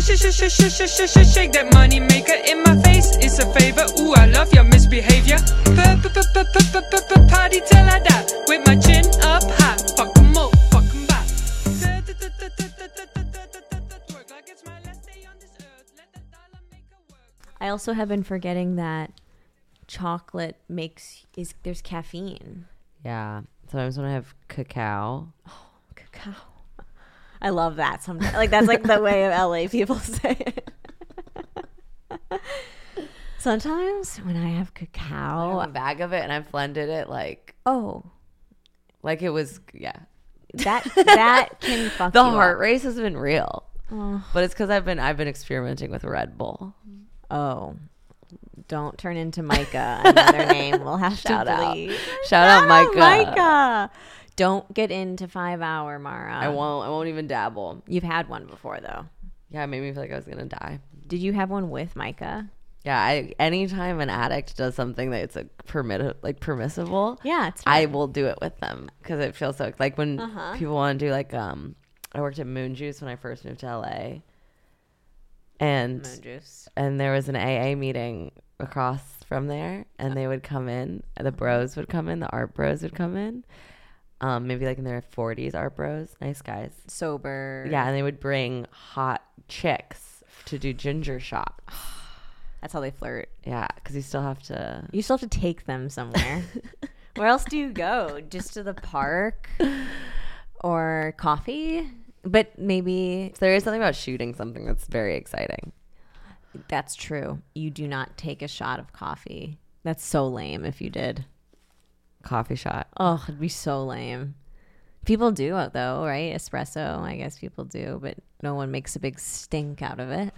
sh sh sh sh shake that money maker in my face. It's a favor. Ooh, I love your misbehavior. Party till I die with my chin up high. Fuck 'em all, fuck 'em bye. Work like it's my last day on this earth. Let the dollar make a work. I also have been forgetting that chocolate makes is there's caffeine. Yeah. Sometimes when I have cacao, Cacao. I love that sometimes. Like that's like the way of LA people say it. sometimes when I have I have cacao, a bag of it and I blended it like oh, like it was yeah. that that can fuck The you heart up. race has been real. Ugh. But it's because I've been I've been experimenting with Red Bull. Oh, don't turn into Micah. Another name we'll have Shout to out. delete. Shout out Oh, Micah. Micah. Don't get into five hour Mara. I won't I won't even dabble. You've had one before though. Yeah, it made me feel like I was gonna die. Did you have one with Micah? Yeah, I anytime an addict does something that's a permit like permissible, Yeah, it's I will do it with them because it feels so like when people want to do like um I worked at Moon Juice when I first moved to LA. And moon juice. and there was an AA meeting across from there, and they would come in. The bros would come in. The art bros would come in. Um, maybe like in their forties, art bros, nice guys. Sober. Yeah, and they would bring hot chicks to do ginger shot. That's how they flirt. Yeah, because you still have to. You still have to take them somewhere. Where else do you go? Just to the park or coffee? But maybe There is something about shooting something that's very exciting. that's true. You do not take a shot of coffee. That's so lame if you did. Coffee shot. Oh, it'd be so lame. People do it though, right? Espresso, I guess people do, but no one makes a big stink out of it.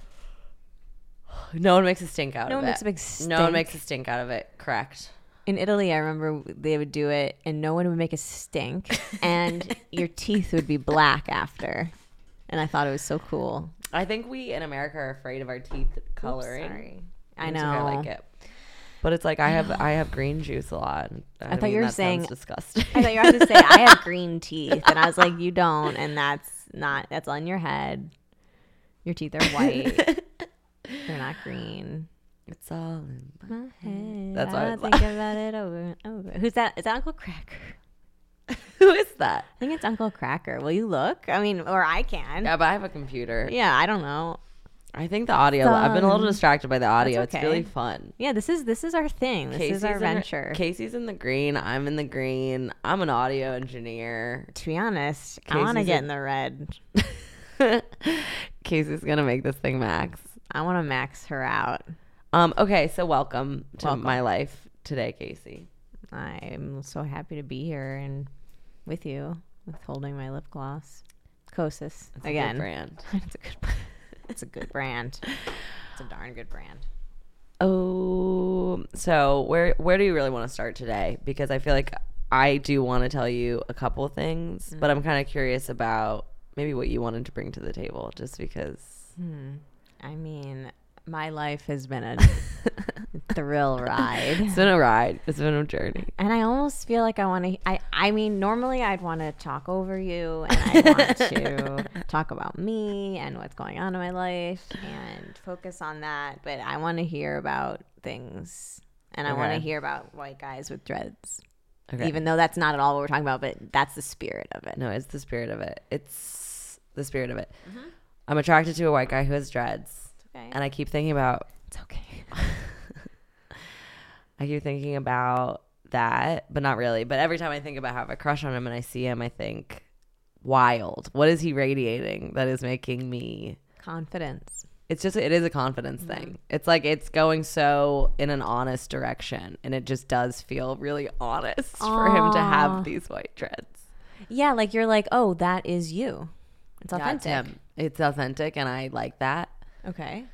No one makes a stink out No of it. one makes a big No one stink. makes a stink out of it. Correct. In Italy, I remember they would do it and no one would make a stink and your teeth would be black after. And I thought it was so cool. I think we in America are afraid of our teeth coloring. I know. It's okay, I like it. But it's like I have I have green juice a lot. I, thought you were that sounds saying- disgusting. I thought you were going to say I have green teeth, and I was like, you don't, and that's not that's on your head. Your teeth are white. They're not green. it's all in my- Hey, That's why I I was think about it over and over. Who's that? Is that Uncle Cracker? Who is that? I think it's Uncle Cracker. Will you look? I mean, or I can. Yeah, but I have a computer. Yeah, I don't know. I think the audio. I've been a little distracted by the audio. That's It's really okay. fun. Yeah, this is this is our thing. This is our in the- venture. Casey's in the green. I'm in the green. I'm an audio engineer. to be honest, I want to Casey's get a- in the red. Casey's gonna make this thing max. I want to max her out. Um. Okay. So welcome to my life today, Casey. I'm so happy to be here and with you, with holding my lip gloss. Kosas It's a good again. brand. it's a good. brand. It's a good brand. It's a darn good brand. Oh, so where where do you really want to start today? Because I feel like I do want to tell you a couple things, but I'm kind of curious about maybe what you wanted to bring to the table, just because. I mean, my life has been a thrill ride. It's been a ride. It's been a journey. And I almost feel like I want to. I, I mean, normally I'd want to talk over you and I want to talk about me and what's going on in my life and focus on that. But I want to hear about things and I want to Okay. hear about white guys with dreads, Okay. even though that's not at all what we're talking about, but that's the spirit of it. no, it's the spirit of it. It's the spirit of it. I'm attracted to a white guy who has dreads, Okay. and I keep thinking about it's okay. I keep thinking about that, but not really. But every time I think about have a crush on him and I see him, I think wild. What is he radiating that is making me? Confidence. It's just it is a confidence Mm-hmm. thing. It's like it's going so in an honest direction, and it just does feel really honest for him to Aw. have these white dreads. Yeah, like you're like, oh, that is you. It's authentic. That's him. It's authentic, and I like that. Okay.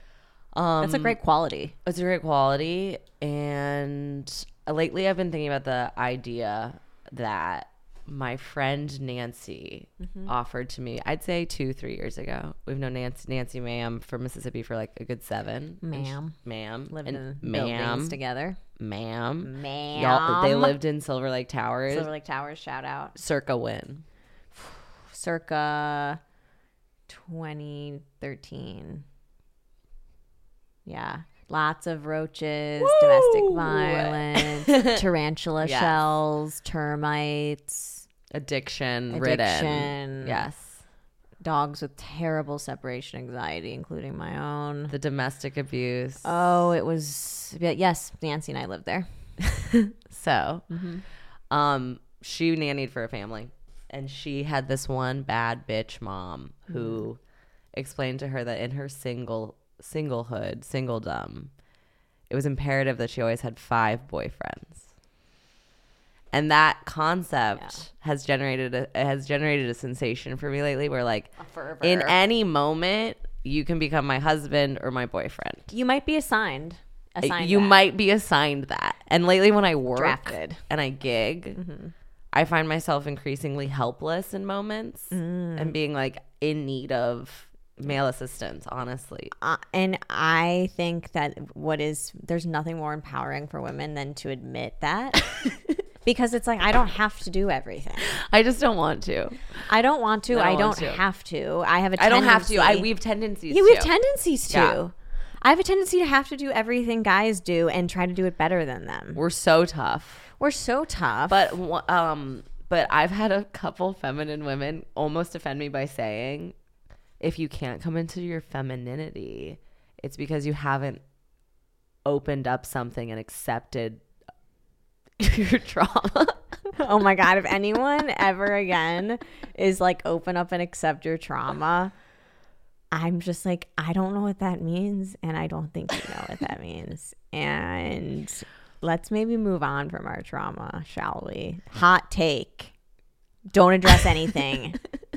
Um, That's a great quality. It's a great quality. And uh, lately I've been thinking about the idea that my friend Nancy Mm-hmm. offered to me, I'd say two, three years ago. We've known Nancy, Nancy Ma'am from Mississippi for like a good seven. And she- Ma'am. Ma'am. Living in and buildings Mm-hmm. Ma'am. together. Ma'am. Man. Y'all, they lived in Silver Lake Towers. Silver Lake Towers shout out. Circa win. Circa 2013. Yeah. Lots of roaches, domestic violence, tarantula Yes. shells, termites, Addiction, ridden. addiction. Yes. Dogs with terrible separation anxiety, including my own. The domestic abuse. Oh, it was. yeah, Yes, Nancy and I lived there. So, um, she nannied for a family, and she had this one bad bitch mom who explained to her that in her single singlehood, singledom, it was imperative that she always had five boyfriends. And that concept has generated a, has generated a sensation for me lately, where like in any moment you can become my husband or my boyfriend. You might be assigned. Assigned. you that. might be assigned that. And lately, when I work Drafted. and I gig, Mm-hmm. I find myself increasingly helpless in moments Mm. and being like in need of male assistance. Honestly, uh, and I think that what is there's nothing more empowering for women than to admit that because it's like I don't have to do everything. I just don't want to. I don't want to. I I don't don't, want to. have to. I have a tendency. I don't have to. I we have tendencies. yeah, we have to. tendencies to. Yeah. I have a tendency to have to do everything guys do and try to do it better than them. We're so tough. We're so tough. But wha- um, but I've had a couple feminine women almost offend me by saying, if you can't come into your femininity, it's because you haven't opened up something and accepted your trauma. oh my god, if anyone ever again is like open up and accept your trauma, I'm just like I don't know what that means and I don't think you know what that means. And let's maybe move on from our trauma, shall we? Hot take. Don't address anything.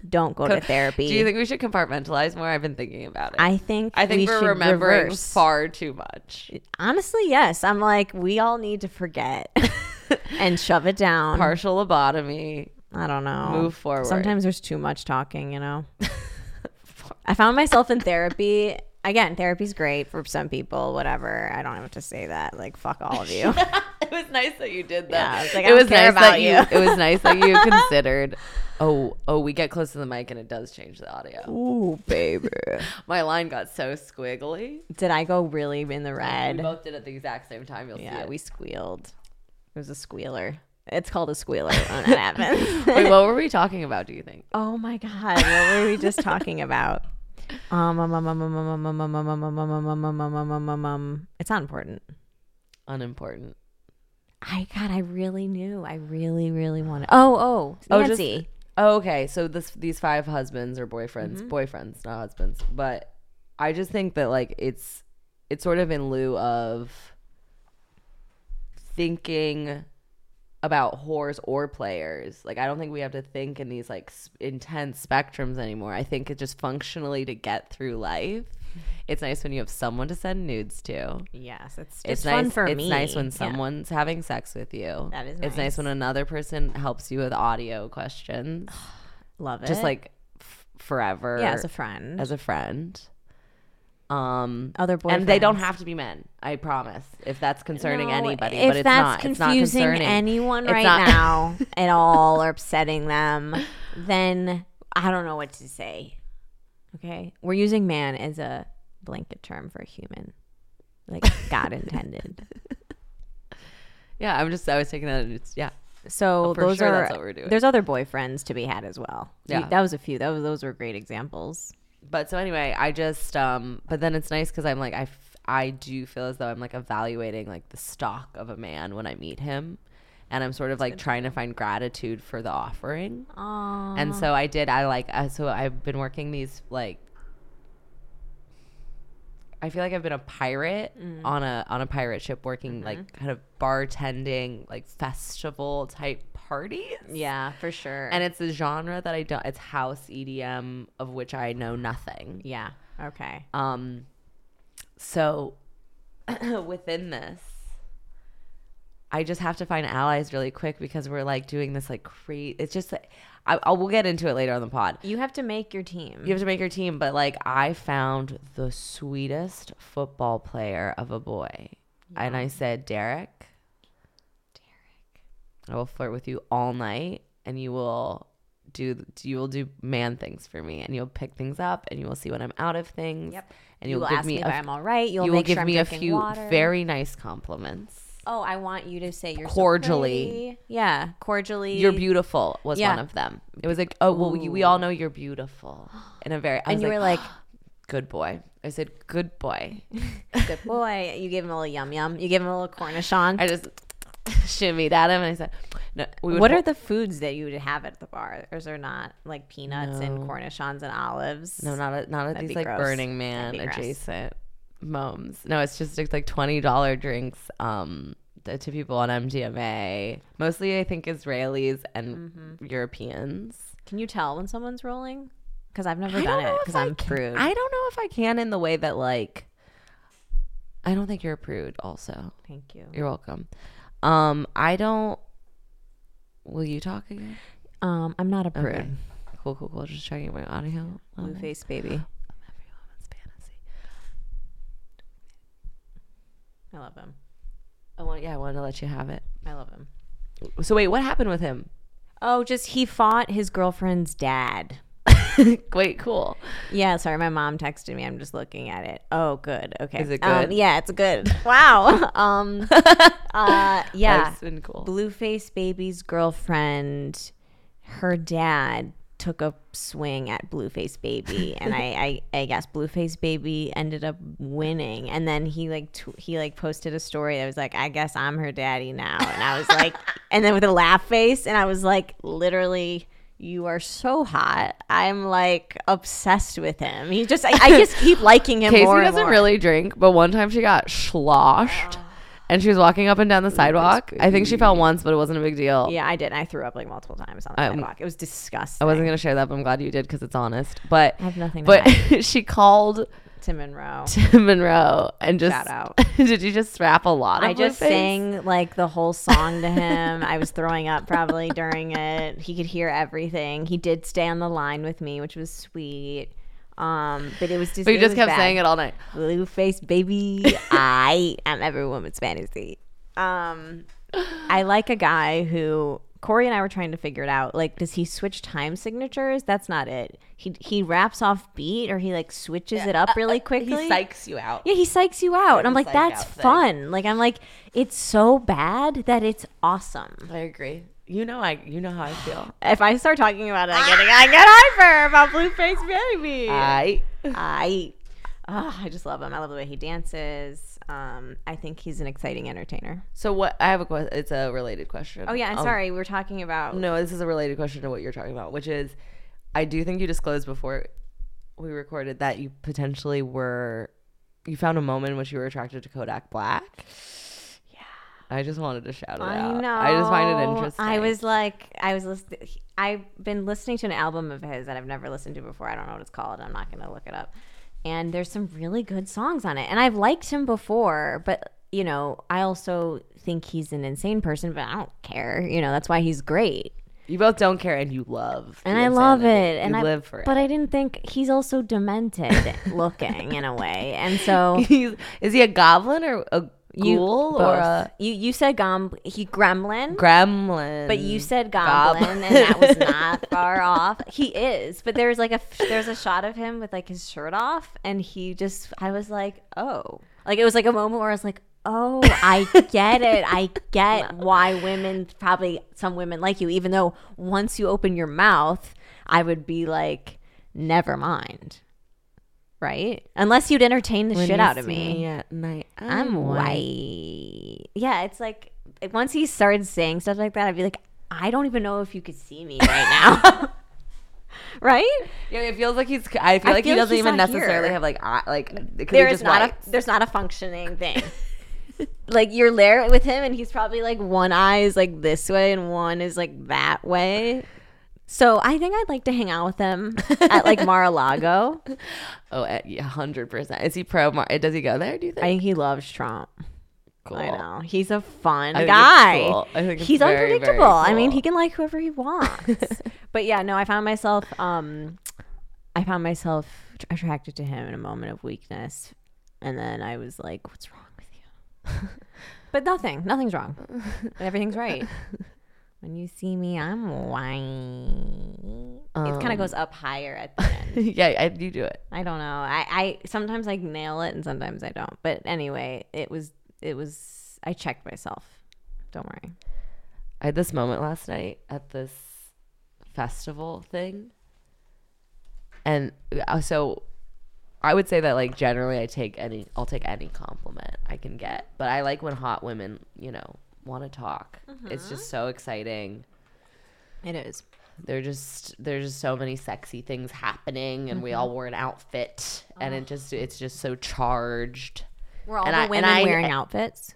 don't go to therapy. Do you think we should compartmentalize more? I've been thinking about it. I, I think think we we are should remembering reverse. far too much. Honestly, yes. I'm like we all need to forget and shove it down. Partial lobotomy. I don't know. Move forward. Sometimes there's too much talking, you know. I found myself in therapy. Again, therapy's great for some people, whatever. I don't have to say that. Like, fuck all of you. It was nice that you did Yeah, I that. was like, I it don't was care nice that about you. you. It was nice that you considered. Oh, oh, we get close to the mic and it does change the audio. Ooh, baby. My line got so squiggly. Did I go really in the We red? both did it at the exact same time. You'll see Yeah, it. we squealed. It was a squealer. It's called a squealer when that happens. Wait, what were we talking about? Do you think? oh my god, what were we just talking about? Um, um, um, um, um, um, um, um, um, um, um, um, um, um, um, um, um, um, um. It's not important. Unimportant. I God, I really knew. I really, really wanted. Oh, oh, Oh, just- Nancy. Oh, okay, so this these five husbands or boyfriends, Mm-hmm. boyfriends, not husbands. But I just think that like it's it's sort of in lieu of thinking about whores or players. Like I don't think we have to think in these like s- intense spectrums anymore. I think it just functionally to get through life. It's nice when you have someone to send nudes to. yes, it's It's, it's nice. fun for it's me. nice when Yeah. someone's having sex with you. That is It's nice nice. when another person helps you with audio questions love it. just like f- forever yeah, as a friend, as a friend um other boys, and they don't have to be men i promise if that's concerning anybody If but it's that's not confusing it's not concerning anyone It's right not- now at all or upsetting them, then I don't know what to say. Okay, we're using man as a blanket term for human, like God intended. yeah i'm just i was taking that it's yeah So Oh, for those sure are that's what we're doing. there's other boyfriends to be had as well. You- Yeah. that was a few. That was, those were great examples. but so anyway i just um but then it's nice because i'm like i f- i do feel as though i'm like evaluating like the stock of a man when i meet him and i'm sort of like trying to find gratitude for the offering Aww. And so I did. I like. Uh, so I've been working these like. I feel like I've been a pirate Mm. on a on a pirate ship, working Mm-hmm. like kind of bartending, like festival type parties. Yeah, for sure. And it's a genre that I don't. It's house EDM of which I know nothing. yeah, okay. Um, so within this, I just have to find allies really quick because we're like doing this like crazy. It's just like, I, I we'll get into it later on the pod. You have to make your team. You have to make your team, but like I found the sweetest football player of a boy, and I said, Derek, Derek, I will flirt with you all night, and you will do you will do man things for me and you'll pick things up and you will see when I'm out of things. Yep. And you you'll will give ask me me a if f- I'm all right. You'll you will make give sure I'm me a drinking few water. very nice compliments. Oh, I want you to say you're so Cordially. pretty. yeah, cordially. You're beautiful was Yeah. one of them. It was like, oh well, you, we all know you're beautiful. In a very, I And was you were like, good boy. I said, good boy. good boy. You gave him a little yum yum. You gave him a little cornichon. I just shimmied at him and I said, no, we would what hol- are the foods that you would have at the bar? Or is there not like peanuts and No. cornichons and olives? No, not at, not at That'd these be like gross. Burning That'd Man be gross. adjacent moms. No, it's just it's like twenty dollar drinks um t- to people on MDMA. Mostly, I think Israelis and Europeans. Can you tell when someone's rolling? Because I've never I done don't know it if because I I'm can- prude. I don't know if I can in the way that like. I don't think you're a prude. Also, Thank you. you're welcome. Um, I don't. Will you talk again? Um, I'm not a prude. Okay. Cool, cool, cool. Just checking my audio. Blue level. face baby. Every woman's fantasy. I love him. I want. Yeah, I wanted to let you have it. I love him. So wait, what happened with him? Oh, just he fought his girlfriend's dad. Wait, cool. Yeah, sorry, my mom texted me. I'm just looking at it. Oh, good. Okay. Is it Um, good? yeah, it's good. Wow. um, uh, yeah. Life's been cool. Blueface Baby's girlfriend, her dad took a swing at Blueface Baby, and I, I, I guess Blueface Baby ended up winning. And then he like tw- he like posted a story that was like, I guess I'm her daddy now, and I was like, and then with a laugh face, and I was like, literally. You are so hot. I'm like obsessed with him. He just, I, I just keep liking him Casey more. and doesn't more. really drink, but one time she got sloshed and she was walking up and down the sidewalk. I think she fell once, but it wasn't a big deal. Yeah, I did. I threw up like multiple times on the sidewalk. It was disgusting. Um, I wasn't going to share that, but I'm glad you did because it's honest. But I have nothing to But she called Tim Monroe. Tim Monroe and just Shout out. did you just rap a lot? Of I just Blueface? sang like the whole song to him. I was throwing up probably during it. He could hear everything. He did stay on the line with me, which was sweet. Um, but it was just. But you just kept saying saying it all night. Blue face, baby. I am every woman's fantasy. Um, I like a guy who Corey and I were trying to figure it out. Like, does he switch time signatures? That's not it. He he raps off beat or he like switches it uh, up really quickly. psychs you out. Yeah, he psychs you out. And I'm the like, psych that's out thing. fun. Like, I'm like, it's so bad that it's awesome. I agree. You know, I you know how I feel. If I start talking about it, I get, I get hyper about Blueface Baby. I I, ah, I just love him. I love the way he dances. Um, I think he's an exciting entertainer. so what? I have a question. It's a related question. Oh, yeah, I'm Um, sorry. We were talking about. No, this is a related question to what you're talking about, which is I do think you disclosed before we recorded that you potentially were you found a moment in which you were attracted to Kodak Black. Yeah. I just wanted to shout it I out. know. I just find it interesting. I was like, I was listening. I've been listening to an album of his that I've never listened to before. I don't know what it's called. I'm not going to look it up. And there's some really good songs on it. And I've liked him before, but you know, I also think he's an insane person, but I don't care. You know, that's why he's great. You both don't care and you love. And the I love insanity. it. And you I live for But I didn't think he's also demented looking in a way. And so it. He's, is he a goblin or a you ghoul or both. a you you said gom he gremlin. gremlin? But you said Goblin. goblin, and that was not far off. He is, but there's like a there's a shot of him with like his shirt off, and he just I was like, oh, like it was like a moment where I was like, oh, I get it, I get why women probably some women like you, even though once you open your mouth, I would be like, never mind, right? Unless you'd entertain the When shit you out of see me. at night. I'm, I'm white. white. Yeah, it's like like, once he started saying stuff like that, I'd be like, I don't even know if you could see me right now. right? Yeah, it feels like he's. I feel I like feel like he doesn't he's even not necessarily here. have like eye, like. it could be There is just not white. a there's not a functioning thing. like you're there with him, and he's probably like one eye is like this way, and one is like that way. So I think I'd like to hang out with him at like Mar-a-Lago. Oh, eh, yeah, hundred percent. Is he pro? Mar- eh, does he go there? Do you think? I think he loves Trump. cool. I know he's a fun I think it's guy. cool. I think it's he's very, very unpredictable. I mean, cool. he can like whoever he wants. but yeah, no, I found myself, um, I found myself tr- attracted to him in a moment of weakness, and then I was like, "What's wrong with you?" but nothing. Nothing's wrong. Everything's right. When you see me, I'm white. it Um, kind of goes up higher at the end. yeah, I, you do it. I don't know. I, I sometimes I nail it and sometimes I don't. But anyway, it was it was I checked myself. Don't worry. I had this moment last night at this festival thing. And uh, so I would say that like generally I take any I'll take any compliment I can get. But I like when hot women, you know, want to talk. It's Mm-hmm. just so exciting. It is. They're just there's just so many sexy things happening and Mm-hmm. we all wore an outfit and it just it's just so charged. We're all And the I- and women I- wearing outfits.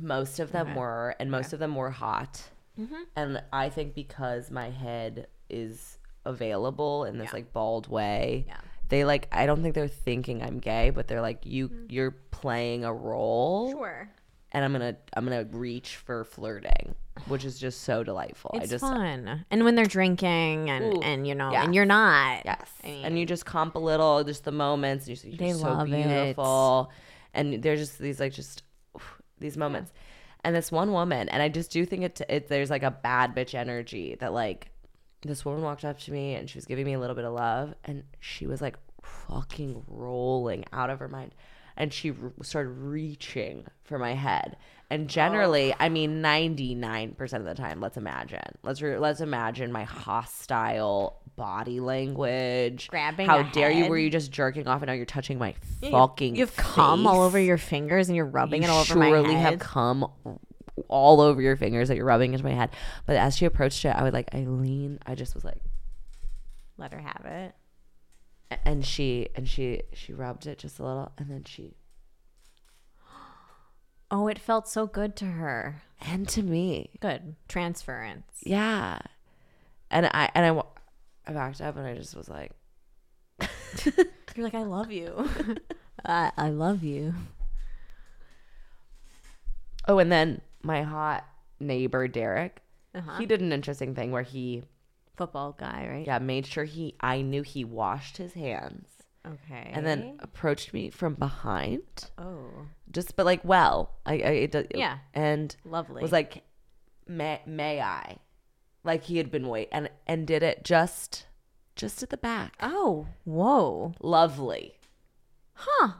Most of them were, and most of them were hot. Mm-hmm. And I think because my head is available in this like bald way, Yeah. they like I don't think they're thinking I'm gay, but they're like you you're playing a role, Mm-hmm. Sure. and I'm gonna I'm gonna reach for flirting, which is just so delightful. It's I just fun. uh, And when they're drinking and Ooh, and you know yes. and you're not. Yes. I and you just comp a little, just the moments. And you you're They so love it. beautiful. And there's just these like just oof, these moments. And this one woman, and I just do think it, it there's like a bad bitch energy that like this woman walked up to me and she was giving me a little bit of love and she was like fucking rolling out of her mind and she r- started reaching for my head and generally Oh. i mean 99% of the time let's imagine let's re- let's imagine my hostile body language Grabbing how a dare you were head. you just jerking off and now you're touching my fucking You've cum all face? over your fingers and you're rubbing it all over my surely head. have come all over your fingers that you're rubbing into my head. But as she approached it, I would like I lean. I just was like, Let her have it. and she and she she rubbed it just a little, and then she Oh, it felt so good to her. and to me, Good transference. yeah. And I and I wa- I backed up and I just was like, You're like, I love you. I, I love you. oh, and then my hot neighbor Derek, Uh-huh. he did an interesting thing where he Football guy, right? yeah made sure he I knew he washed his hands. Okay. And then approached me from behind, oh, just but like well, I, I it does, Yeah. and lovely. was like, may, may I? Like he had been wait and and did it just just at the back. oh, whoa, Lovely. huh?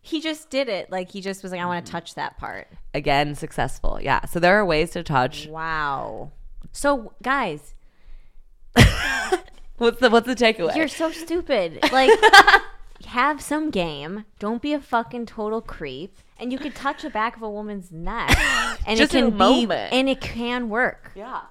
He just did it. Like he just was like, I Mm-hmm. want to touch that part. Again, successful. Yeah. So there are ways to touch. Wow. So guys, What's the what's the takeaway? you're so stupid. Like, have some game. Don't be a fucking total creep. And you can touch the back of a woman's neck, and Just it in can a be, moment. and it can work. yeah.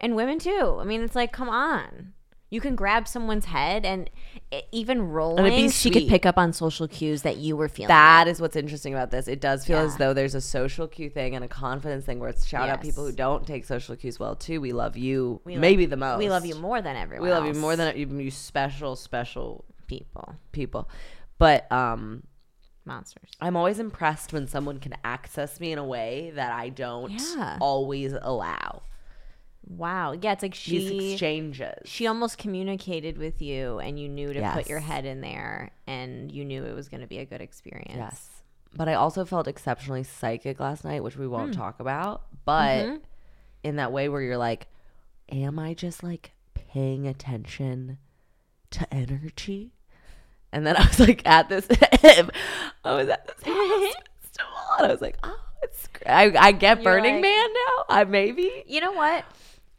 and women too. I mean, it's like, come on. You can grab someone's head and e- even rolling, she could sweet. pick up on social cues that you were feeling. That is what's interesting about this. It does feel as Yeah. though there's a social cue thing and a confidence thing where it's shout out people who Yes. don't take social cues well too. We love you maybe the most. we love you more than everyone. We love you else. more than you special, special people, people. But um monsters. I'm always impressed when someone can access me in a way that I don't Yeah. always allow. Wow. Yeah, it's like These she exchanges. she almost communicated with you, and you knew to put your Yes. head in there, and you knew it was going to be a good experience. yes. But I also felt exceptionally psychic last night, which we won't Hmm. talk about, but Mm-hmm. in that way where you're like, am I just like paying attention to energy? And then I was like at this I was at this house festival and I was like, oh, it's great. I, I get You're Burning like- Man now. I maybe You know what?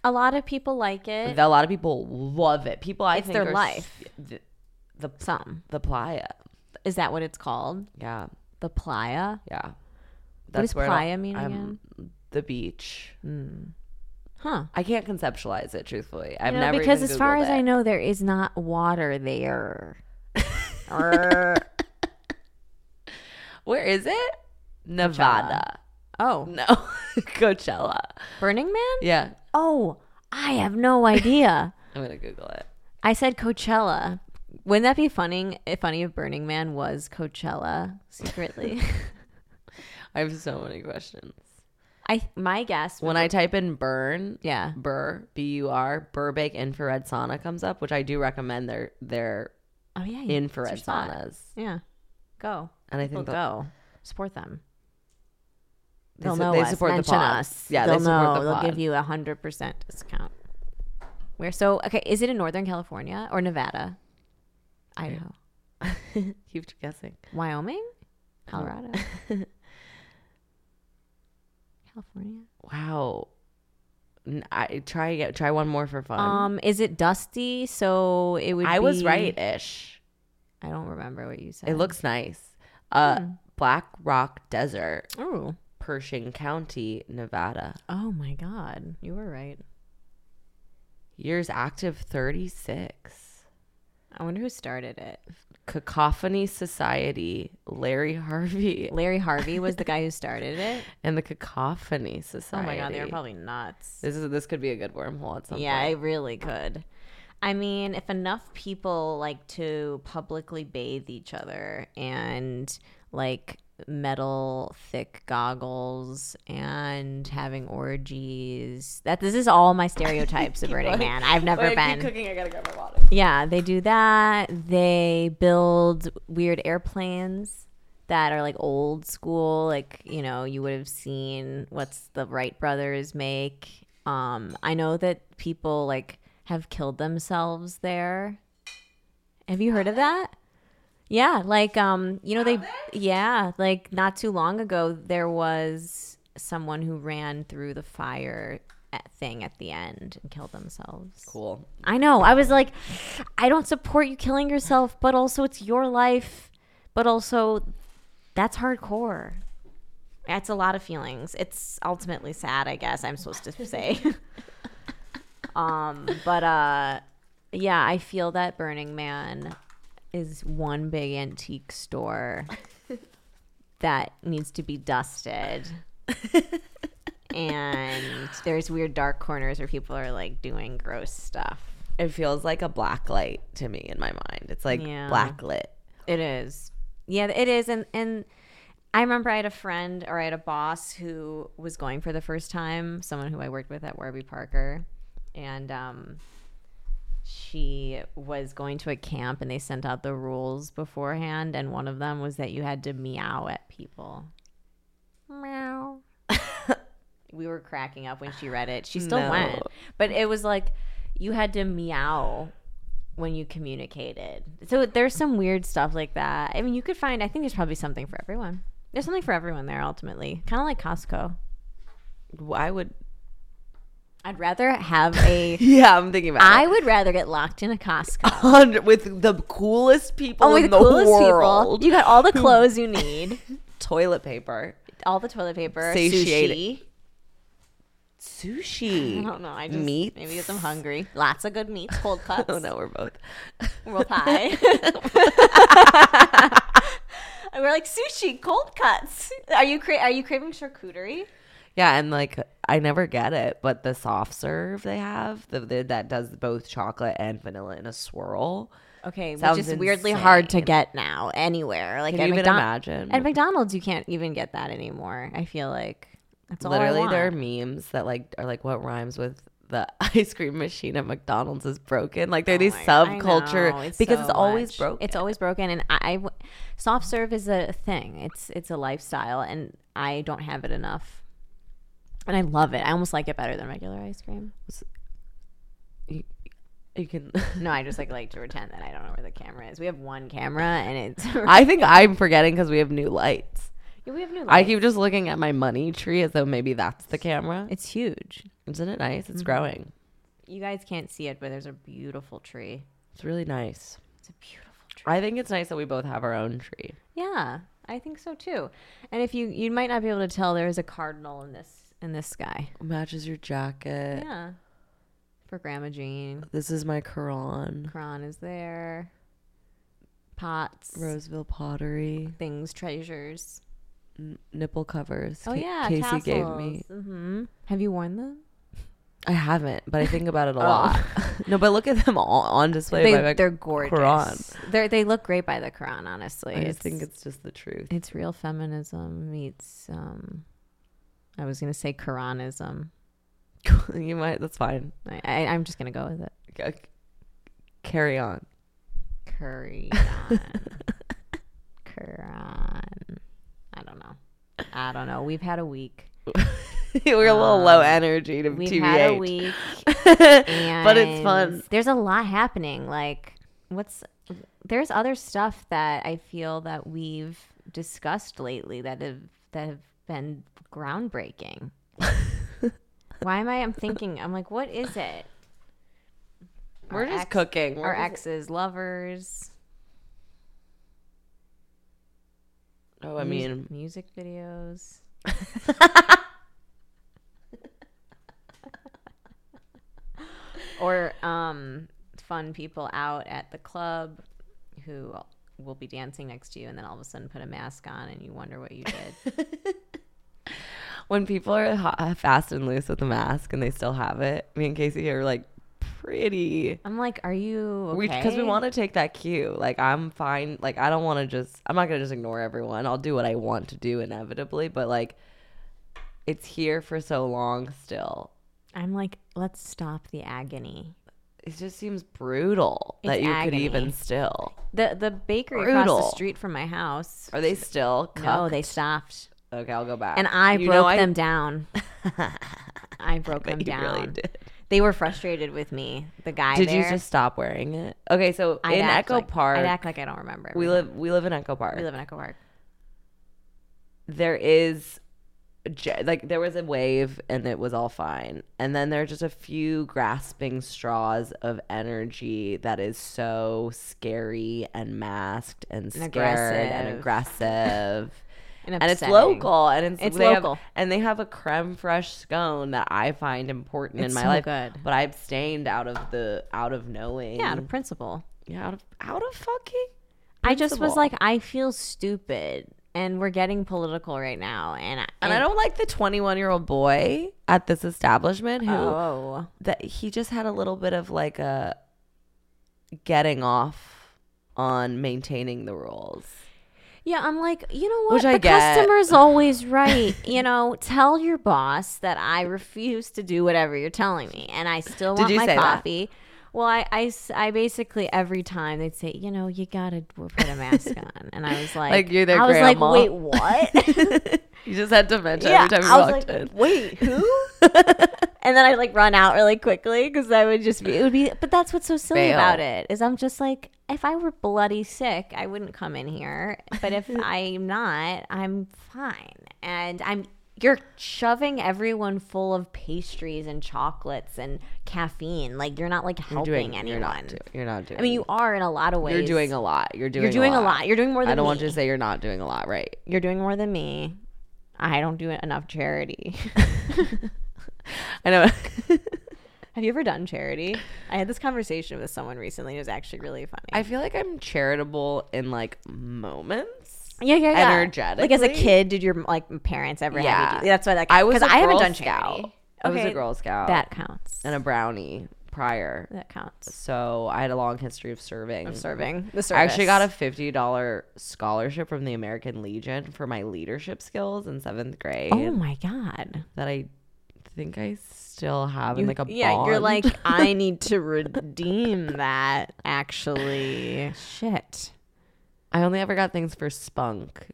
A lot of people like it. a lot of people love it. People, I It's think their are s- life. The, the Some the playa, is that what it's called? yeah, The playa. yeah. does it all- playa mean I'm- The beach. Huh. I can't conceptualize it truthfully. I've No, never because even as far Googled as I it. know, there is not water there. Err. where is it? Nevada. oh, No, Coachella. Burning Man? Yeah, Oh, I have no idea. I'm gonna Google it. I said Coachella. Wouldn't that be funny? If funny if Burning Man was Coachella secretly. I have so many questions. I my guess When I type in burn, yeah. Burr B U R Burbank infrared sauna comes up, which I do recommend their their Oh yeah. you- infrared it's your spot. saunas, Yeah. Go. and I People think the- go. Support them. They, They'll su- know they us. support Mention the pod. us. Yeah, they'll they support know. the pod. They'll give you a hundred percent discount. Where? So okay, is it in Northern California or Nevada, Idaho, Keep guessing. Wyoming, Colorado, California? Wow. N- I try again- try one more for fun. Um, is it dusty? So it would. Uh, I was be- right ish. I don't remember what you said. It looks nice. Uh, Hmm. Black Rock Desert, Oh. Pershing County, Nevada. Oh my God, you were right. Years active 36. I wonder who started it. Cacophony Society, Larry Harvey, Larry Harvey was the guy who started it. and the Cacophony Oh Society. my God, they were probably nuts. This is this could be a good wormhole at some Yeah, point. it really could. I mean, if enough people like to publicly bathe each other and like metal thick goggles and having orgies. That this is all my stereotypes of Burning Man. I've never been. cooking. I gotta grab my water. Yeah, they do that. They build weird airplanes that are like old school, like, you know, you would have seen what's the Wright brothers make. Um, I know that people like have killed themselves there. Have you heard of that? Yeah, like um, you know they yeah, like not too long ago there was someone who ran through the fire at- thing at the end and killed themselves. Cool. I know. I was like, I don't support you killing yourself, but also it's your life, but also that's hardcore. That's a lot of feelings. It's ultimately sad, I guess I'm supposed to say. um, but uh yeah, I feel that Burning Man is one big antique store that needs to be dusted. and there's weird dark corners where people are like doing gross stuff. It feels like a black light to me in my mind. It's like Yeah. black lit. It is. Yeah, it is. And and I remember I had a friend or I had a boss who was going for the first time, someone who I worked with at Warby Parker. And um she was going to a camp and they sent out the rules beforehand and one of them was that you had to meow at people. Meow. we were cracking up when she read it. She still No. went. But it was like you had to meow when you communicated. So there's some weird stuff like that. I mean, you could find, I think there's probably something for everyone. There's something for everyone there ultimately, kind of like Costco. I would. I'd rather have a, Yeah, I'm thinking about it. I would rather get locked in a Costco. hundred with the coolest people Oh, with in the the, coolest world. people. You got all the clothes you need, toilet paper, all the toilet paper, Satiated. sushi. sushi. I don't know. I just, meat. maybe because I'm hungry. Lots of good meats, cold cuts. Oh no, we're both. Roll pie. And we're like sushi, cold cuts. Are you cra- are you craving charcuterie? Yeah, and like I never get it, but the soft serve they have the, the, that does both chocolate and vanilla in a swirl. Okay, which Sounds is weirdly hard to insane. get now anywhere. Like Can at, you even McDon- imagine? at McDonald's, you can't even get that anymore. I feel like that's all I Literally, want. there are memes that like are like what rhymes with the ice cream machine at McDonald's is broken. Like they're these Oh my- subculture I know, it's because so it's always much. broken. It's always broken, and I, I w- soft serve is a thing. It's it's a lifestyle, and I don't have it enough. And I love it. I almost like it better than regular ice cream. you can. No, I just like like to pretend that I don't know where the camera is. We have one camera, and it's I think I'm forgetting because we have new lights. Yeah, we have new. I lights. keep just looking at my money tree as though maybe that's the camera. It's huge. Mm-hmm. Isn't it nice? It's growing. You guys can't see it, but there's a beautiful tree. It's really nice. It's a beautiful tree. I think it's nice that we both have our own tree. Yeah, I think so too. And if you you might not be able to tell, there is a cardinal in this in this sky. Matches your jacket. Yeah, for Grandma Jean, This is my Quran. Kron is there. Pots, Roseville pottery. things, treasures. N- nipple covers. Oh Ca- yeah, Casey gave me. hmm Have you worn them? I haven't, but I think about it a lot. no, but look at them all on display. Oh. They, by my- they're gorgeous. Quran. They they look great by the Quran, honestly. I just think it's just the truth. It's real feminism meets um I was gonna say Quranism. you might. That's fine. I, I I'm just gonna go with it. C- c- Carry on. Quran. Quran. I don't know. I don't know. We've had a week. We're a little low energy to Um, We've TBH. had a week, and but it's fun. There's a lot happening. Like, what's there's other stuff that I feel that we've discussed lately that have that have been groundbreaking. Why am I? I'm thinking. I'm like, what is it? We're Our just ex- cooking. We're Our just- exes, lovers, Oh, I mean, music videos. or um, fun people out at the club who will be dancing next to you and then all of a sudden put a mask on and you wonder what you did. when people are ho- fast and loose with the mask and they still have it, me and Casey are like pretty. I'm like, are you okay? Because we, want to take that cue. Like, I'm fine. Like, I don't want to just, I'm not going to just ignore everyone. I'll do what I want to do inevitably, but like, it's here for so long still. I'm like, let's stop the agony. It just seems brutal It's that you agony. could even still. The the bakery across Brutal. the street from my house. Are they still? Cucked? No, they stopped. Okay, I'll go back. And I You know broke I- them down. I broke them You down. really did. They were frustrated with me. The guy. Did you there, just stop wearing it? Okay, so I'd in act Echo like- Park, I'd act like I don't remember. we everything. live we live in Echo Park. We live in Echo Park. there is ge- like there was a wave and it was all fine and then there are just a few grasping straws of energy that is so scary and masked and scared and aggressive And, and it's upsetting. local and it's, It's they have- local. and they have a creme fraiche scone that i find important in It's my so life good. but i abstained out of the out of knowing Yeah, out of principle. Yeah, out of out of fucking I just was Principle. like, I feel stupid, and we're getting political right now, and I, and I don't like the 21 year old boy at this establishment who Oh, that he just had a little bit of like a getting off on maintaining the rules. yeah. I'm like, you know what? Which I the get. customer's always right. you know, tell your boss that I refuse to do whatever you're telling me, and I still Did want you my say that? coffee. Well, I, I s- I basically every time they'd say, you know, you gotta put a mask on, and I was like, Like you're their I was grandma. like, wait, what? You just had to mention every time you I was walked like, in. wait, who? and then I'd like run out really quickly because I would just be, it would be, but that's what's so silly Fail. about it is I'm just like, if I were bloody sick, I wouldn't come in here. But if I'm not, I'm fine. And I'm, you're shoving everyone full of pastries and chocolates and caffeine. Like you're not like helping anyone. You're not, do- you're not doing. I mean, you are in a lot of ways. You're doing a lot. You're doing. You're doing a lot. You're doing more than I don't me. want you to say you're not doing a lot, right? You're doing more than me. I don't do enough charity. I know. Have you ever done charity? I had this conversation with someone recently. It was actually really funny. I feel like I'm charitable in like moments. yeah, yeah, yeah. Like as a energetically? kid, did your like parents ever? Have you Yeah. do, that's why that. I was. 'cause I I haven't done charity. I was a Girl Scout That counts. and a brownie prior, that counts. Mm. so I had a long history of serving. Serving the service. I actually got a fifty dollar scholarship from the American Legion for my leadership skills in seventh grade Oh my god. that I think I still have in like a yeah, you're bond. like I need to redeem that. Actually, shit. I only ever got things for spunk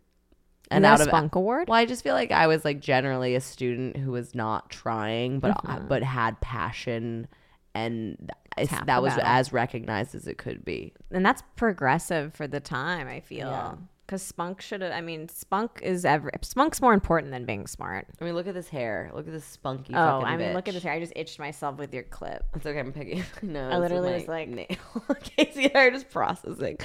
And and that out a of spunk award. well, I just feel like I was like generally a student who was not trying, but uh, Mm-hmm. but had passion, and th- it's- half the that was battle. as recognized as it could be. and that's progressive for the time i feel because spunk should have i mean spunk is every spunk's more important than being smart I mean, look at this hair. Look at this spunky. oh fucking i mean look at bitch. this hair i just itched myself with your clip It's okay. I'm picking. No, I literally was like- nail. Casey and I are just processing.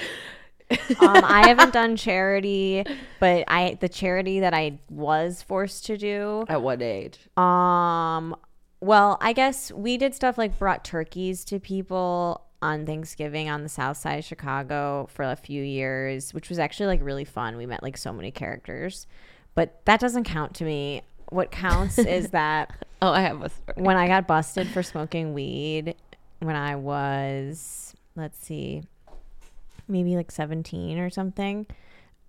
um, i haven't done charity but i the charity that i was forced to do At what age? Um, well, I guess we did stuff like brought turkeys to people on Thanksgiving on the South Side of Chicago for a few years, which was actually like really fun. We met like so many characters, but that doesn't count to me. What counts is that Oh, I have a story. when I got busted for smoking weed when I was, let's see, maybe like 17 or something.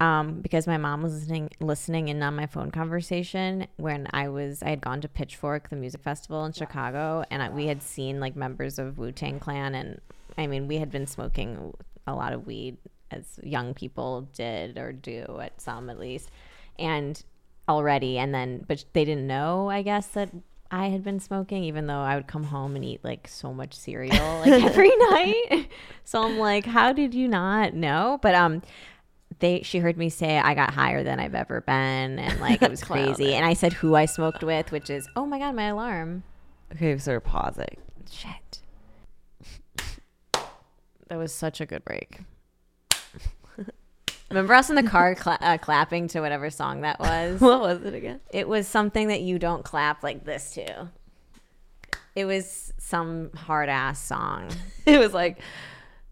Um, because my mom was listening listening in on my phone conversation when I was I had gone to Pitchfork, the music festival in Chicago, and I, we had seen like members of Wu Tang Clan, and I mean we had been smoking a lot of weed as young people did or do at some at least, and already and then but they didn't know i guess that i had been smoking even though i would come home and eat like so much cereal like every night so i'm like how did you not know but um they she heard me say i got higher than i've ever been and like it was crazy and i said who i smoked with which is oh my god my alarm Okay, so we're pausing. shit that was such a good break remember us in the car cla- uh, clapping to whatever song that was What was it again? It was something that you don't clap like this to. It was some hard ass song. It It was like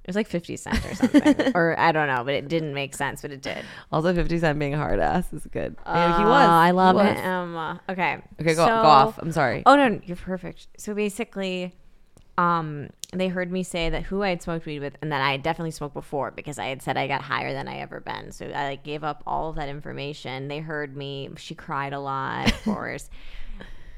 was like 50 Cent or something. or I don't know, but it didn't make sense, but it did. also 50 Cent being hard ass is good. Yeah, he Oh, was. I He love was. him. Uh, Okay. Okay, go, So- go off. I'm sorry. Oh, no, no, you're perfect. So basically, um, they heard me say that who I had smoked weed with and that I had definitely smoked before because I had said I got higher than I ever been. So I like gave up all of that information. They heard me. She cried a lot, of course.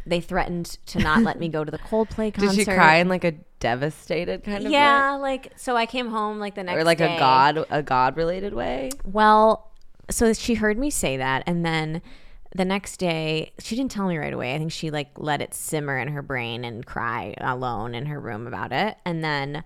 they threatened to not let me go to the Coldplay concert. Did she cry in like a devastated kind of Yeah, like so I came home like the way? next Or like day. a God a God related way? Well, so she heard me say that, and then the next day, she didn't tell me right away. I think she like let it simmer in her brain and cry alone in her room about it. And then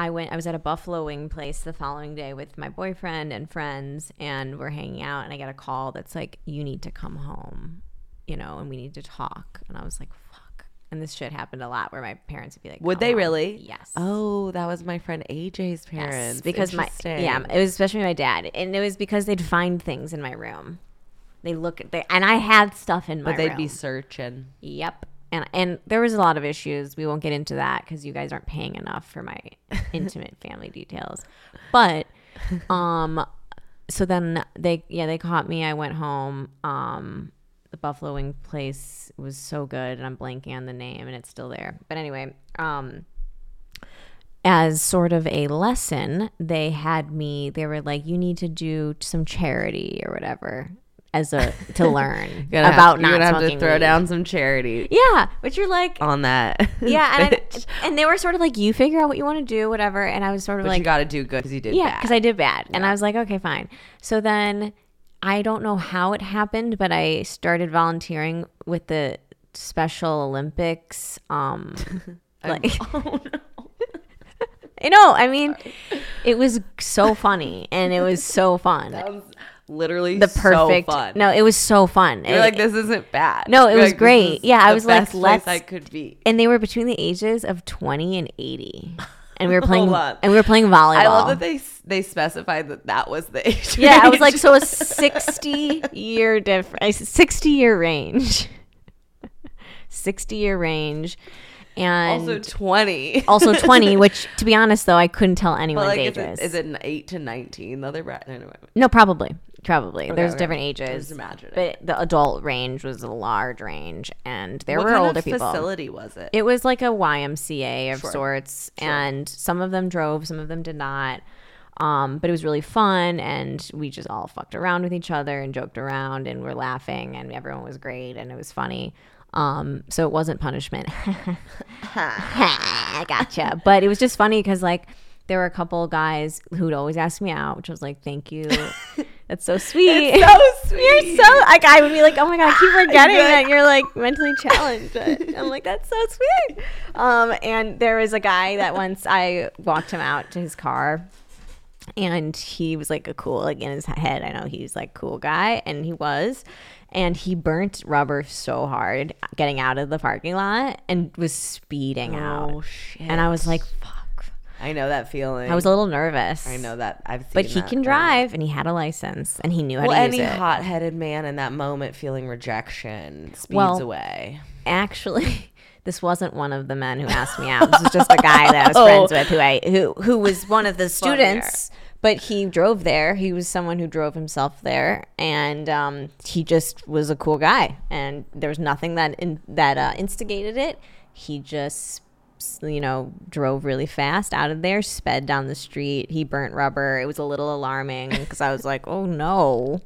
I went. I was at a buffalo wing place the following day with my boyfriend and friends, and we're hanging out. And I get a call that's like, "You need to come home," you know, and we need to talk. And I was like, "Fuck." And this shit happened a lot where my parents would be like, Would "Come they home." really? Yes. Oh, that was my friend AJ's parents. Yes, because my Interesting. yeah, it was especially my dad, and it was because they'd find things in my room. They look at they, and I had stuff in my But they'd room. be searching. yep. And and there was a lot of issues. We won't get into that because you guys aren't paying enough for my intimate family details. But um, so then they yeah they caught me. I went home. Um, the Buffalo Wing place was so good, and I'm blanking on the name, and it's still there. But anyway, um as sort of a lesson, they had me, they were like, you need to do some charity or whatever as a to learn Gonna have- about you're not gonna have smoking to throw weed. down some charity Yeah, but you're like, on that. yeah, and, I, bitch. and they were sort of like, you figure out what you want to do, whatever. And I was sort of But like, you got to do good because you did yeah, yeah, because I did bad, and I was like, okay, fine. So then I don't know how it happened, but I started volunteering with the Special Olympics. Um, like, you know, I mean, it was so funny, and it was so fun. Literally the perfect. So fun. No, it was so fun. you're It- like this isn't bad. No, it You're was like, this great. is Yeah, I the was like, best place let's- I could be. and they were between the ages of twenty and eighty, and we were playing. Hold on. and we were playing volleyball. I love that they they specified that that was the age. Yeah, I was like, range. so a sixty year difference, sixty year range, sixty year range, also and twenty. also, twenty. Which, to be honest, though, I couldn't tell But anyone's like, is ages. it, is it an eight to nineteen? The other bra- no, no, wait, wait. no, probably, probably. There's okay. different I ages, just imagine it. but the adult range was a large range, and there What were kind older of people. Facility was it? It was like a YMCA of Sure. sorts, and some of them drove, some of them did not. Um, but it was really fun, and we just all fucked around with each other and joked around, and we're laughing, and everyone was great, and it was funny. Um, so it wasn't punishment. gotcha. But it was just funny because like there were a couple guys who'd always ask me out, which was like, thank you. That's so sweet. so sweet. You're so like I would be like, oh my god, I keep forgetting You're that like- you're like mentally challenged. I'm like, that's so sweet. Um, and there was a guy that once I walked him out to his car, and he was like a cool like in his head. I know he's like cool guy, and he was. And he burnt rubber so hard getting out of the parking lot and was speeding Oh out. shit! And I was like, fuck. I know that feeling. I was a little nervous. I know that. I've seen. But he that can moment. drive and he had a license and he knew how Well, to any use it. hot-headed man in that moment feeling rejection speeds Well, away. actually this wasn't one of the men who asked me out. This was just a guy that I was friends with who I who who was one of the students, but he drove there. He was someone who drove himself there, and um, he just was a cool guy. And there was nothing that in, that uh, instigated it. He just you know drove really fast out of there sped down the street he burnt rubber it was a little alarming because i was like oh no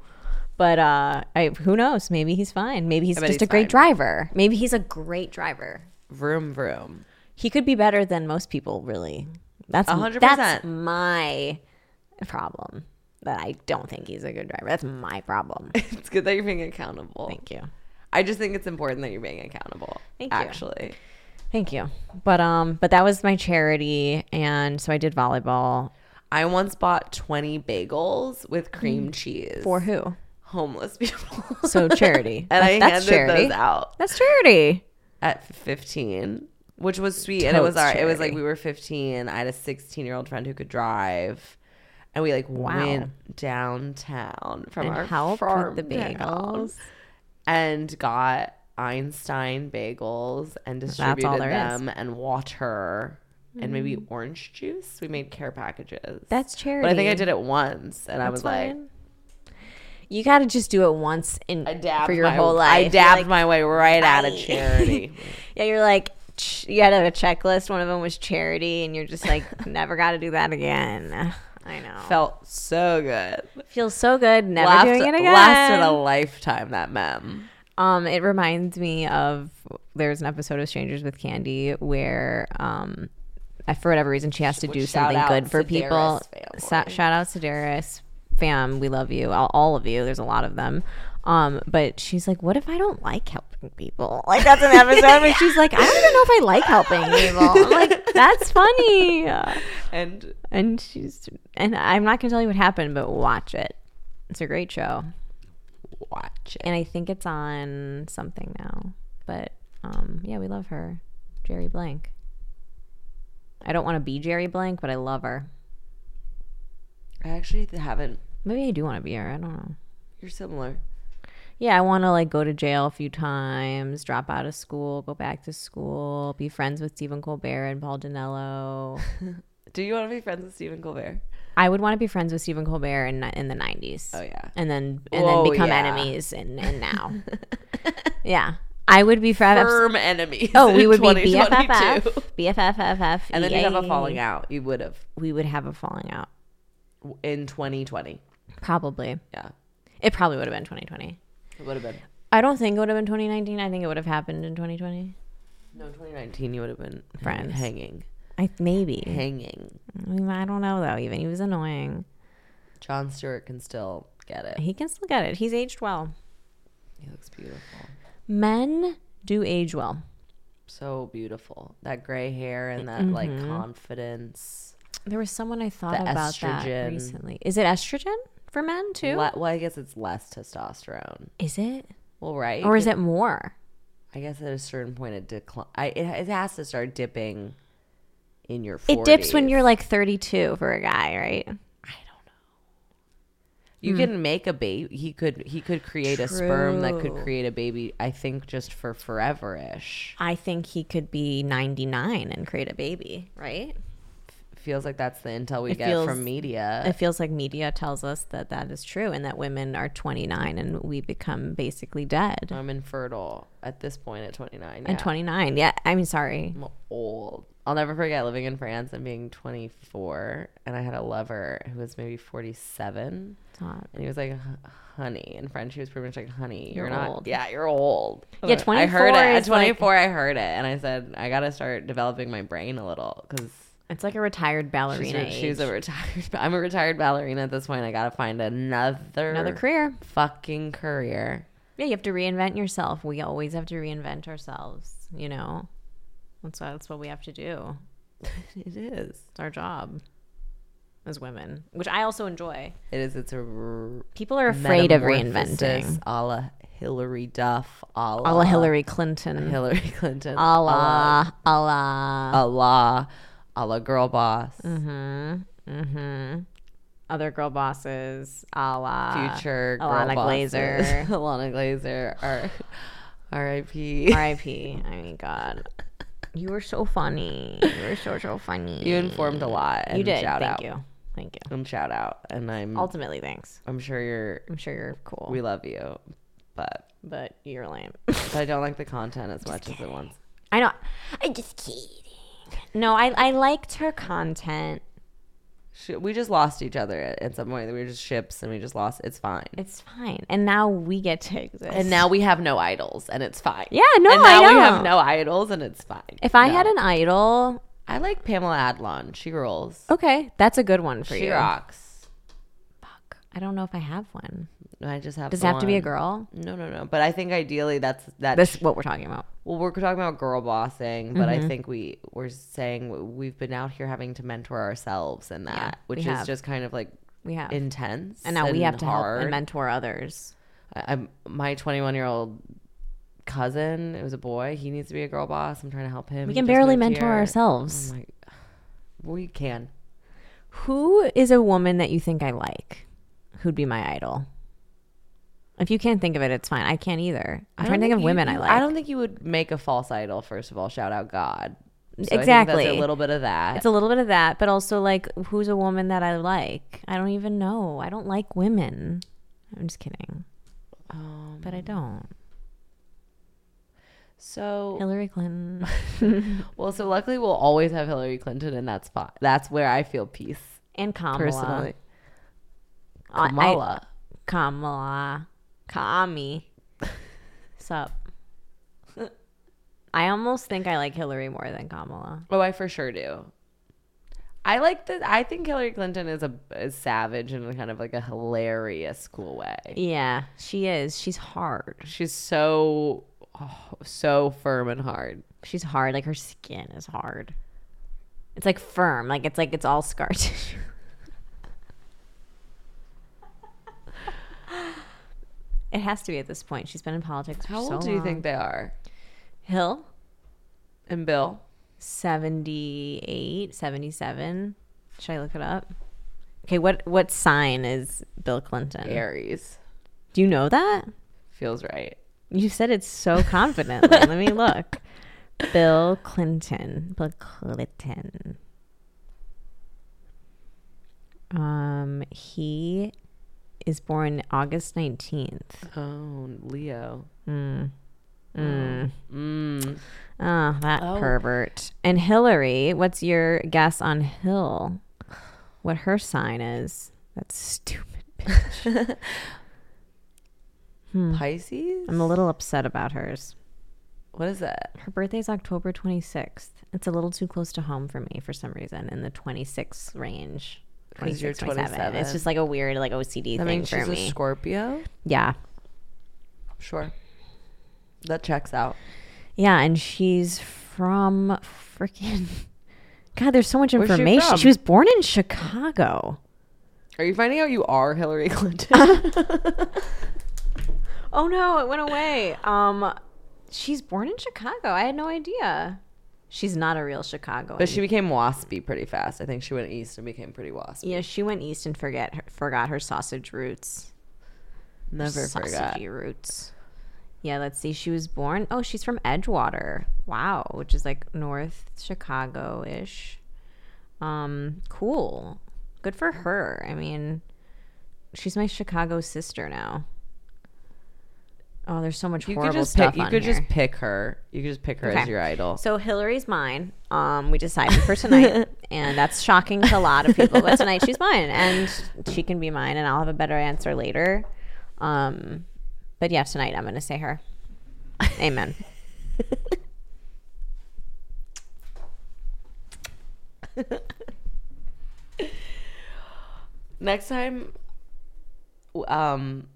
but uh I, who knows maybe he's fine maybe he's bet just he's a great fine. driver maybe he's a great driver Vroom vroom. he could be better than most people really that's 100%. that's my problem that I don't think he's a good driver. That's my problem. It's good that you're being accountable. Thank you. I just think it's important that you're being accountable. Thank you. actually. Thank you. But um but that was my charity and so I did volleyball I once bought 20 bagels with cream cheese Mm. for who? homeless people. So charity. and I That's handed charity. those out That's charity. at 15, which was sweet. and it was Totes our, it was like charity. we were 15. I had a 16 year old friend who could drive. And we like Wow. went downtown from And our helped farm with the town bagels. and got Einstein bagels and all distributed there is. Mm. them and water and maybe orange juice. We made care packages. That's but I think I charity. did it once, and I was like, You gotta just do it once in I dabbed for your my, whole life. I You're dabbed like- my way right out of "Aye." charity. Yeah, you're like ch- you had a checklist. One of them was charity, and you're just like, never got to do that again. I know. Felt so good. Feels so good. Never Laughed- doing it again. Lasted a lifetime that mem. Um, it reminds me of there's an episode of Strangers with Candy where um, I, for whatever reason, she has to do shout something out good for Sedaris people. Sa- family. shout out to Darius fam, we love you, all, all of you. There's a lot of them. Um, but she's like, what if I don't like helping people? Like that's an episode where she's like, I don't even know if I like helping people. I'm like, that's funny. And And she's and I'm not gonna tell you what happened, but watch it. It's a great show watch it. and I think it's on something now. But um, yeah, we love her, Jerry Blank. I don't want to be Jerry Blank, but I love her. I actually haven't. Maybe I do want to be her. I don't know. You're similar. Yeah, I want to like go to jail a few times, drop out of school, go back to school, be friends with Stephen Colbert and Paul Danello. Do you want to be friends with Stephen Colbert? I would want to be friends with Stephen Colbert in in the nineties. Oh yeah. and then and Whoa, then become yeah. enemies and and now. yeah, I would be friends. Firm enemies. Oh, in we would be 2022. BFFF, BFFFF, And then you have a falling out. You would have We would have a falling out, in 2020. probably. Yeah, It probably would have been 2020. it would have been. I don't think it would have been 2019. I think it would have happened in 2020. No, 2019. You would have been Friends. hanging, I maybe. hanging. I, mean, I don't know though. Even he was annoying. John Stewart can still get it. He can still get it. He's aged well. He looks beautiful. Men do age well. so beautiful. That gray hair and that like Mm-hmm. confidence. There was someone I thought The about that estrogen. recently. Is it estrogen for men too? Le- well, I guess it's less testosterone. Is it, Well, right? or is it more? I guess at a certain point it decline. I it, it has to start dipping in your. 40s. It dips when you're like 32 for a guy, right? I don't know. Hmm. You can make a baby. He could. He could create a sperm that could True. create a baby. I think just for forever ish. I think he could be 99 and create a baby, right? Feels like that's the intel we It get feels- from media. It feels like media tells us that that is true and that women are 29 and we become basically dead. I'm infertile at this point at 29. And Oh, yeah. 29, yeah, I mean, sorry. I'm old. I'll never forget living in France and being 24, and I had a lover who was maybe 47, It's not- and he was like, "H- "Honey," in French, he was pretty much like, "Honey, you're, You're not. old. Yeah, you're old." Yeah, I heard 24 it at is like- 24. I heard it, and I said, "I gotta start developing my brain a little because." It's like a retired She's, ballerina. a- she's age. a retired. I'm a retired ballerina at this point. I gotta find another Another career. fucking career. Yeah, you have to reinvent yourself. We always have to reinvent ourselves, you know? That's, why, that's what we have to do. It is. It's our job as women, which I also enjoy. It is. It's a r- People are afraid of metamorphosis Ah. reinventing. A la Hillary Duff. A la, A la Hillary Clinton. Hillary Clinton. A la, a la. A la. A la girl boss. Mm-hmm. Other girl bosses, a la. Future girl Alana bosses. Glazer. Uh, Alana Glazer. R- R.I.P. R.I.P. I mean, God. You were so funny. You were so, so funny. You informed a lot. And You did. Shout Thank out. you. Thank you. And shout out. And I'm. Ultimately, thanks. I'm sure you're. I'm sure you're cool, We love you, but, but you're lame. but I don't like the content as much as it once. I know. I'm just kidding. No, I, I liked her content. She- We just lost each other at, at some point. We were just ships, and we just lost. It's fine. It's fine. And now we get to exist. and now we have no idols, and it's fine. yeah, no, and now I know. we have no idols, and it's fine. if I No. had an idol, I like Pamela Adlon. She rules. okay, that's a good one for Oh, She you. rocks. Fuck. I don't know if I have one. I just have. Does the it have to be a one. girl? No, no, no. But I think ideally that's that. This Mm-hmm. what we're talking about. well, we're talking about girl bossing, but I think we we're saying we've been out here having to mentor ourselves in that, we which is have. just kind of like We have. intense. and now we have to help hard. and mentor others. I- I'm my 21 year old cousin. It was a boy. He needs to be a girl boss. I'm trying to help him. We He can just barely moved mentor here. Oh ourselves. I'm like, we can. Who is a woman that you think I like? Who'd be my idol? If you can't think of it, it's fine. I can't either. I'm I trying don't to think of you- women I you- like. I don't think you would make a false idol. First of all, shout out God. So I think that's Exactly. a little bit of that. It's a little bit of that, but also like, who's a woman that I like? I don't even know. I don't like women. I'm just kidding, um, but I don't. so Hillary Clinton. Well, so luckily we'll always have Hillary Clinton in that spot. That's where I feel peace and Kamala. personally. I- I- Kamala. Kamala. Kami. Sup. I almost think I like Hillary more than Kamala. oh, I for sure do. I like the. I think Hillary Clinton is a is savage in kind of like a hilarious, cool way. Yeah, she is. She's hard. She's so oh, so firm and hard. She's hard. Like her skin is hard. It's like firm. Like it's like it's all scar tissue. it has to be at this point. She's been in politics. For How so old do you long. think they are? Hill? And Bill, 78, 77. Should I look it up? Okay, what what sign is Bill Clinton? Aries, Do you know that? feels right. You said it so confidently. Let me look. Bill Clinton. Bill Clinton. Um, he is born August nineteenth. Oh, Leo. Mm. Mm. Mm. Oh, that Oh. pervert. And Hillary, what's your guess on Hill? What her sign is? That's stupid. Mm. Pisces. I'm a little upset about hers. What is that? Her birthday's October 26th. It's a little too close to home for me for some reason in the 26 range. 'Cause you're 26, 27. It's 27. just like a weird like OCD That thing means for she's me. a Scorpio. yeah. Sure. That checks out. Yeah, and she's from freaking God, there's so much Where's she information. from? she was born in Chicago. Are you finding out you are Hillary Clinton? Oh no, it went away. Um, she's born in Chicago. I had no idea. She's not a real Chicagoan. but she became waspy pretty fast. I think she went east and became pretty waspy. yeah, she went east and forget her, forgot her sausage roots. Never Sausagey forgot. roots. Yeah, let's see. She was born. Oh, she's from Edgewater. Wow, which is like North Chicago ish. Um, cool. Good for her. I mean, she's my Chicago sister now. Oh, there's so much You could horrible just stuff. pick. You on could here. just pick her. You could just pick her as Okay. your idol. So Hillary's mine. Um, we decided for tonight, and that's shocking to a lot of people. But tonight she's mine, and she can be mine, and I'll have a better answer later. Um, but yeah, tonight I'm gonna say her. Amen. Next time, um,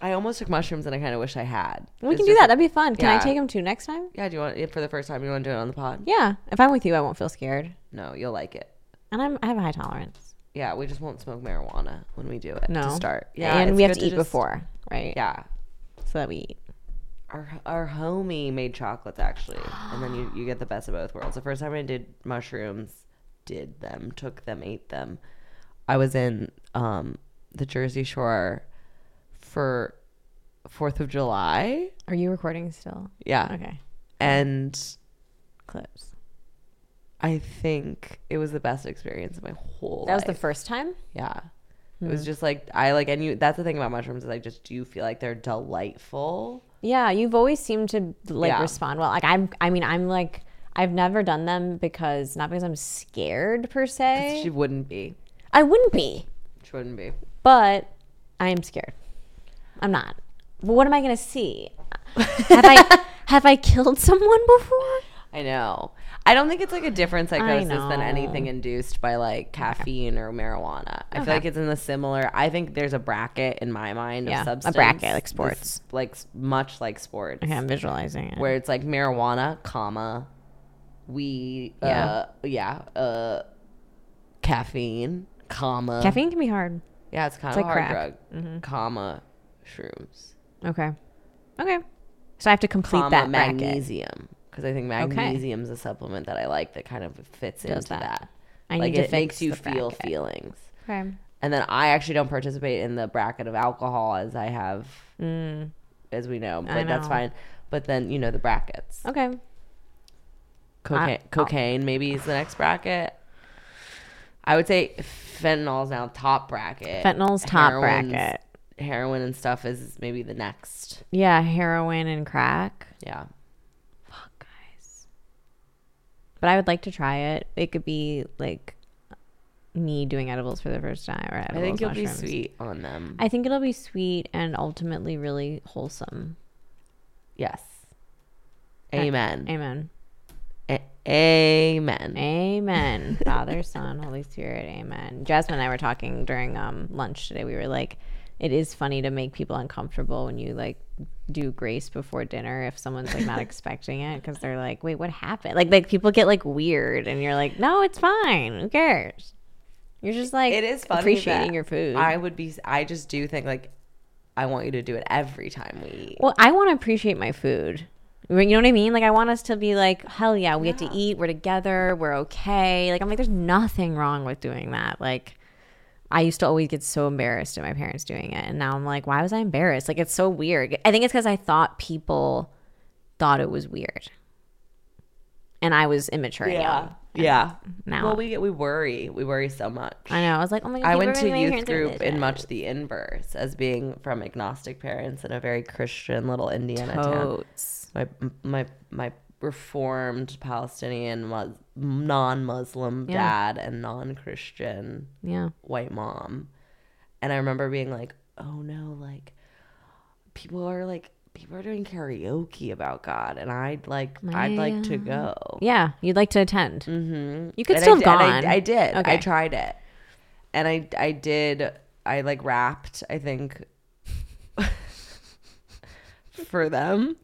I almost took mushrooms and I kind of wish I had. We It's can do just- that. That'd be fun. Can Yeah. I take him too next time? Yeah. Do you want it for the first time? You want to do it on the pod? Yeah. If I'm with you, I won't feel scared, No, you'll like it. and I'm I have a high tolerance. Yeah, we just won't smoke marijuana when we do it No. to start. Yeah, and it's we have good to, eat just- before, right? Yeah, So that we eat. Our, our homie made chocolates actually, and then you, you get the best of both worlds. The first time I did mushrooms, did them, took them, ate them. I was in um, the Jersey Shore for Fourth of July. Are you recording still? Yeah, Okay. and Clips. I think it was the best experience of my whole. That was the Hmm. life. first time. yeah. It was just like I like, and you. That's the thing about mushrooms is I just do feel like they're delightful. Yeah, you've always seemed to like Yeah. respond well. Like I'm, I mean, I'm like, I've never done them because not because I'm scared per se. She wouldn't be. I wouldn't be, She wouldn't be. but I am scared. I'm not. But what am I gonna see? Have I have I killed someone before? I know. I don't think it's like a different psychosis than know. anything induced by like caffeine or marijuana. I feel like it's in the similar. I think there's a bracket in my mind Yeah, of a substance. bracket, like that's, sports. like s- much like sports, Okay, I'm visualizing it. where it's like marijuana, comma, weed, Yeah. uh, yeah, uh, caffeine, comma, Caffeine can be hard. Yeah, it's kind of like hard crack. Mm-hmm. drug, comma, shrooms. Okay. Okay. So I have to complete comma that bracket. magnesium because I think magnesium's a supplement that I like that kind of fits into that. that. I like need to it makes fix you the feel bracket. feelings. Okay. And then I actually don't participate in the bracket of alcohol as I have, as we know, but that's Mm. know. fine. But then you know the brackets. Okay. Cocaine, oh. cocaine maybe is the next bracket. I would say fentanyl's now top bracket. Fentanyl's top Heroin's- bracket. Heroin and stuff is maybe the next. Yeah, heroin and crack. Yeah. guys. But I would like to try it. It could be like me doing edibles for the first time. Or I edibles, think you'll mushrooms. be sweet on them. I think it'll be sweet and ultimately really wholesome. Yes. Amen. Amen. A- Amen. Amen. Father, Son, Holy Spirit. Amen. Jasmine and I were talking during um, lunch today. We were like, it is funny to make people uncomfortable when you like do grace before dinner if someone's like not expecting it because they're like, wait, what happened? Like, like people get like weird, and you're like, no, it's fine. Who cares? You're just like It is funny appreciating that your food. I would be. I just do think like, I want you to do it every time we eat. Well, I want to appreciate my food. You know what I mean? Like, I want us to be like, hell yeah, we get to eat. We're together. We're okay. Like, I'm like, there's nothing wrong with doing that. Like, I used to always get so embarrassed at my parents doing it. And now I'm like, why was I embarrassed? Like, it's so weird. I think it's because I thought people thought it was weird. And I was immature. and yeah. young. Yeah. Now Well, we get we worry. We worry so much. I know. I was like, oh my God. I people went are to gonna make youth parents do group this. in much the inverse as being from agnostic parents in a very Christian little Indiana town. Totes. my my my reformed Palestinian mus- non-Muslim Yeah. dad and non-Christian Yeah. white mom. And I remember being like, "Oh no, like people are like people are doing karaoke about God and I'd like I'd like to go." Yeah. You'd like to attend. Mm-hmm. You could still have gone. I, did. I Okay. tried it. And I I did I like rapped, I think for them.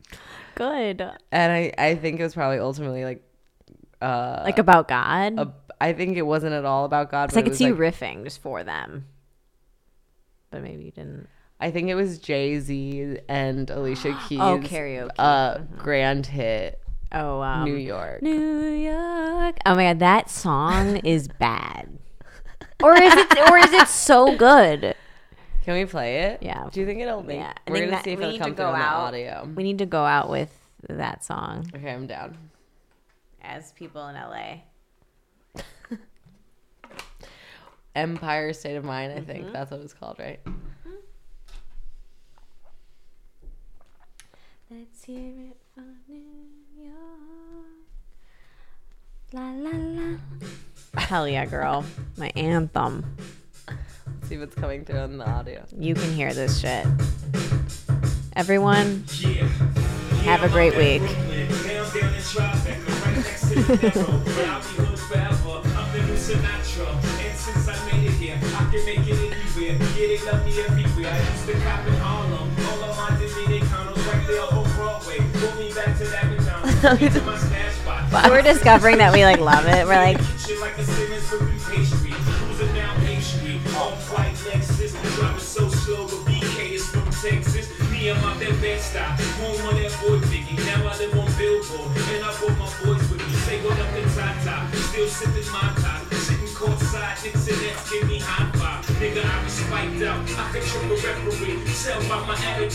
Good. and I, I think it was probably ultimately like uh Like, about God. a, I think it wasn't at all about God. Because I But it could was see like, you riffing just for them. But maybe you didn't. I think it was Jay Z and Alicia Keys. Oh, karaoke. Uh, grand hit Oh, um, New York. New York. Oh my God, that song is bad. Or is it? Or is it so good? Can we play it? Yeah. Do you think it'll? Make, Yeah, I We're think gonna that- see if we it'll need to come go through on the out. audio. We need to go out with that song Okay, I'm down. as people in LA. Empire State of Mind. I Mm-hmm. think that's what it's called, right? Let's hear it for New York. La la la. Hell yeah, girl. My anthem. See what's coming through on the audio. You can hear this shit. Everyone, have a great week. We're discovering that we like love it. We're like, Shit like a Simmons cookie pastry. Cruising down Main Street. On flight Lexus. Driving so slow, but BK is from Texas. Me, I'm out that bed stop. Home on that boy Vicky. Now I live on Billboard. And I brought my boys with me. Say what up to Tata. Still sipping my top. Sitting courtside. Nicks and Nets give me high five. Nigga, I be spiked out. I can trip a referee. Sell by my attitude.